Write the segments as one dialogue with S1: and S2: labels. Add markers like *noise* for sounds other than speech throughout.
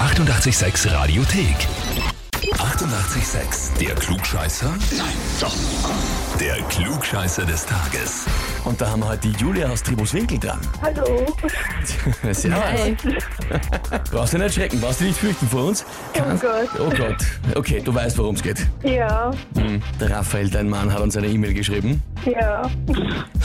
S1: 886 Radiothek. 88,6. Der Klugscheißer? Nein, doch. Der Klugscheißer des Tages.
S2: Und da haben wir heute die Julia aus Tribuswinkel dran.
S3: Hallo.
S2: Servus.
S4: Hey,
S3: *laughs*
S2: Brauchst du nicht schrecken, brauchst du nicht fürchten vor uns.
S3: Oh Gott.
S2: Oh Gott. Okay, du weißt, worum es geht.
S3: Ja,
S2: Der Raphael, dein Mann, hat uns eine E-Mail geschrieben.
S3: ja.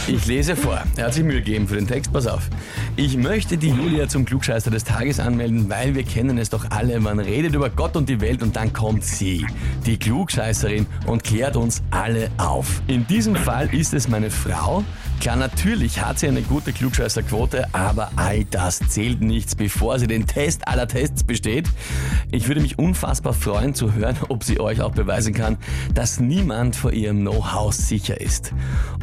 S2: Ich lese vor. Er hat sich Mühe gegeben für den Text. Pass auf. Ich möchte die Julia zum Klugscheißer des Tages anmelden, weil wir kennen es doch alle. Man redet über Gott und die Welt und dann kommt sie, die Klugscheißerin, und klärt uns alle auf. In diesem Fall ist es meine Frau. Klar, natürlich hat sie eine gute Klugscheißerquote, aber all das zählt nichts, bevor sie den Test aller Tests besteht. Ich würde mich unfassbar freuen zu hören, ob sie euch auch beweisen kann, dass niemand vor ihrem Know-how sicher ist.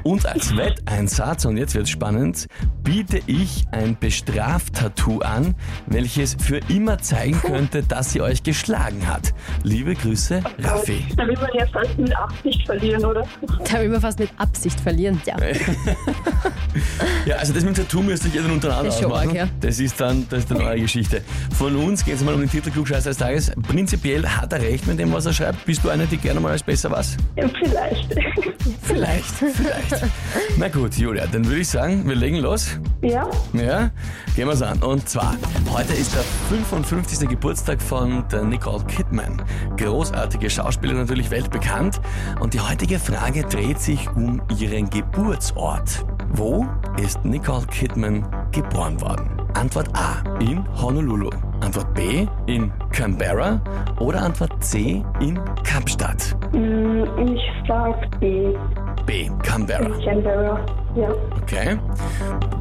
S2: Und als Wetteinsatz, und jetzt wird's spannend, biete ich ein Bestraftattoo an, welches für immer zeigen könnte, dass sie euch geschlagen hat. Liebe Grüße, Raffi.
S3: Da will man ja fast mit 80 verlieren, oder?
S4: da will man fast mit Absicht verlieren. Ja,
S2: Ja, also das mit dem Tattoo müsste ich ja dann untereinander
S4: Das ist schon
S2: ausmachen.
S4: arg, ja.
S2: Das ist dann, das ist dann eure Geschichte. Von uns geht es mal um den Titel Klugscheißer des Tages. Prinzipiell hat er recht mit dem, was er schreibt. Bist du einer, die gerne mal als besser was?
S3: Ja, vielleicht. *laughs*
S2: Vielleicht, vielleicht. Na gut, Julia, dann würde ich sagen, wir legen los.
S3: Ja?
S2: Ja, gehen wir's an. Und zwar, heute ist der 55. Geburtstag von der Nicole Kidman. Großartige Schauspielerin, natürlich weltbekannt. Und die heutige Frage dreht sich um ihren Geburtsort. Wo ist Nicole Kidman geboren worden? Antwort A in Honolulu. Antwort B in Canberra. Oder Antwort C in Kapstadt.
S3: Hm, Ich sag die
S2: B, Canberra.
S3: Canberra. Ja.
S2: Okay.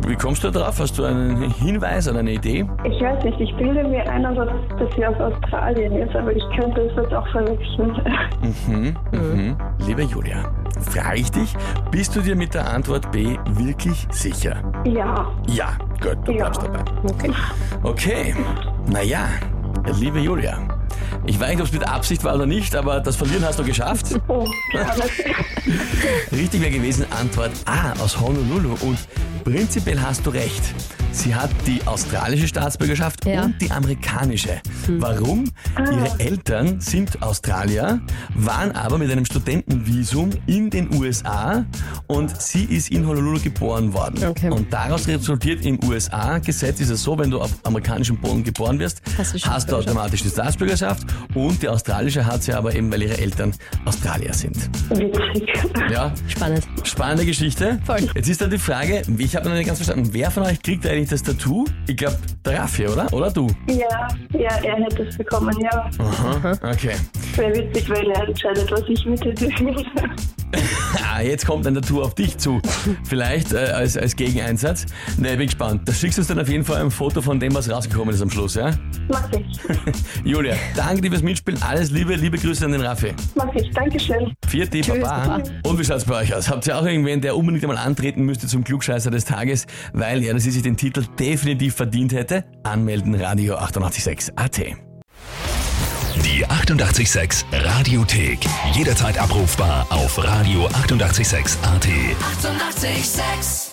S2: Wie kommst du da drauf? Hast du einen Hinweis oder eine Idee?
S3: Ich weiß nicht, ich bilde mir ein, also, dass sie aus Australien ist, aber ich könnte es jetzt auch verwechseln. *laughs*
S2: Mhm, mhm. Liebe Julia, frage ich dich, bist du dir mit der Antwort B wirklich sicher?
S3: Ja.
S2: Ja, gut, du
S3: Ja.
S2: bleibst dabei.
S4: okay.
S2: Okay, naja, liebe Julia, ich weiß nicht, ob es mit Absicht war oder nicht, aber das Verlieren hast du geschafft.
S3: Oh, klar.
S2: Richtig wäre gewesen Antwort A aus Honolulu und prinzipiell hast du recht. Sie hat die australische Staatsbürgerschaft
S4: Ja. Hm. Ah.
S2: und die amerikanische. Warum? Ihre Eltern sind Australier, waren aber mit einem Studentenvisum in den USA und sie ist in Honolulu geboren worden.
S4: Okay.
S2: Und daraus resultiert im USA-Gesetz ist es so, wenn du auf amerikanischem Boden geboren wirst,
S4: Hast du
S2: hast du
S4: Staatsbürgerschaft.
S2: automatisch die Staatsbürgerschaft und die australische hat sie aber eben, weil ihre Eltern Australier sind.
S3: Witzig.
S2: Ja,
S4: Spannend.
S2: Spannende Geschichte.
S4: Voll.
S2: Jetzt ist dann die Frage, ich habe noch nicht ganz verstanden, wer von euch kriegt eigentlich das Tattoo? Ich glaube, der Raffi, oder? Oder du?
S3: Ja, ja, er hätte es bekommen, ja.
S2: Aha. Okay. *laughs*
S3: Wäre witzig, weil er entscheidet, was ich mit hätte.
S2: Ah, jetzt kommt ein Tattoo auf dich zu. Vielleicht äh, als, als Gegeneinsatz. Ne, ich bin gespannt. Da schickst du uns dann auf jeden Fall ein Foto von dem, was rausgekommen ist am Schluss, ja?
S3: *laughs* Mach ich.
S2: Julia, danke dir fürs Mitspielen. Alles Liebe, liebe Grüße an den Raffi.
S3: Mach ich. Dankeschön.
S2: Vierte,
S4: Tschüss,
S2: Baba.
S4: Baba.
S2: Und wie schaut's bei euch aus? Habt ihr auch irgendwen, der unbedingt einmal antreten müsste zum Klugscheißer des Tages, weil er, dass sie sich den Titel definitiv verdient hätte? Anmelden Radio 886 AT.
S1: Die 88,6 Radiothek. Jederzeit abrufbar auf radio886.at. 88,6.
S5: Eighty-eight, sex.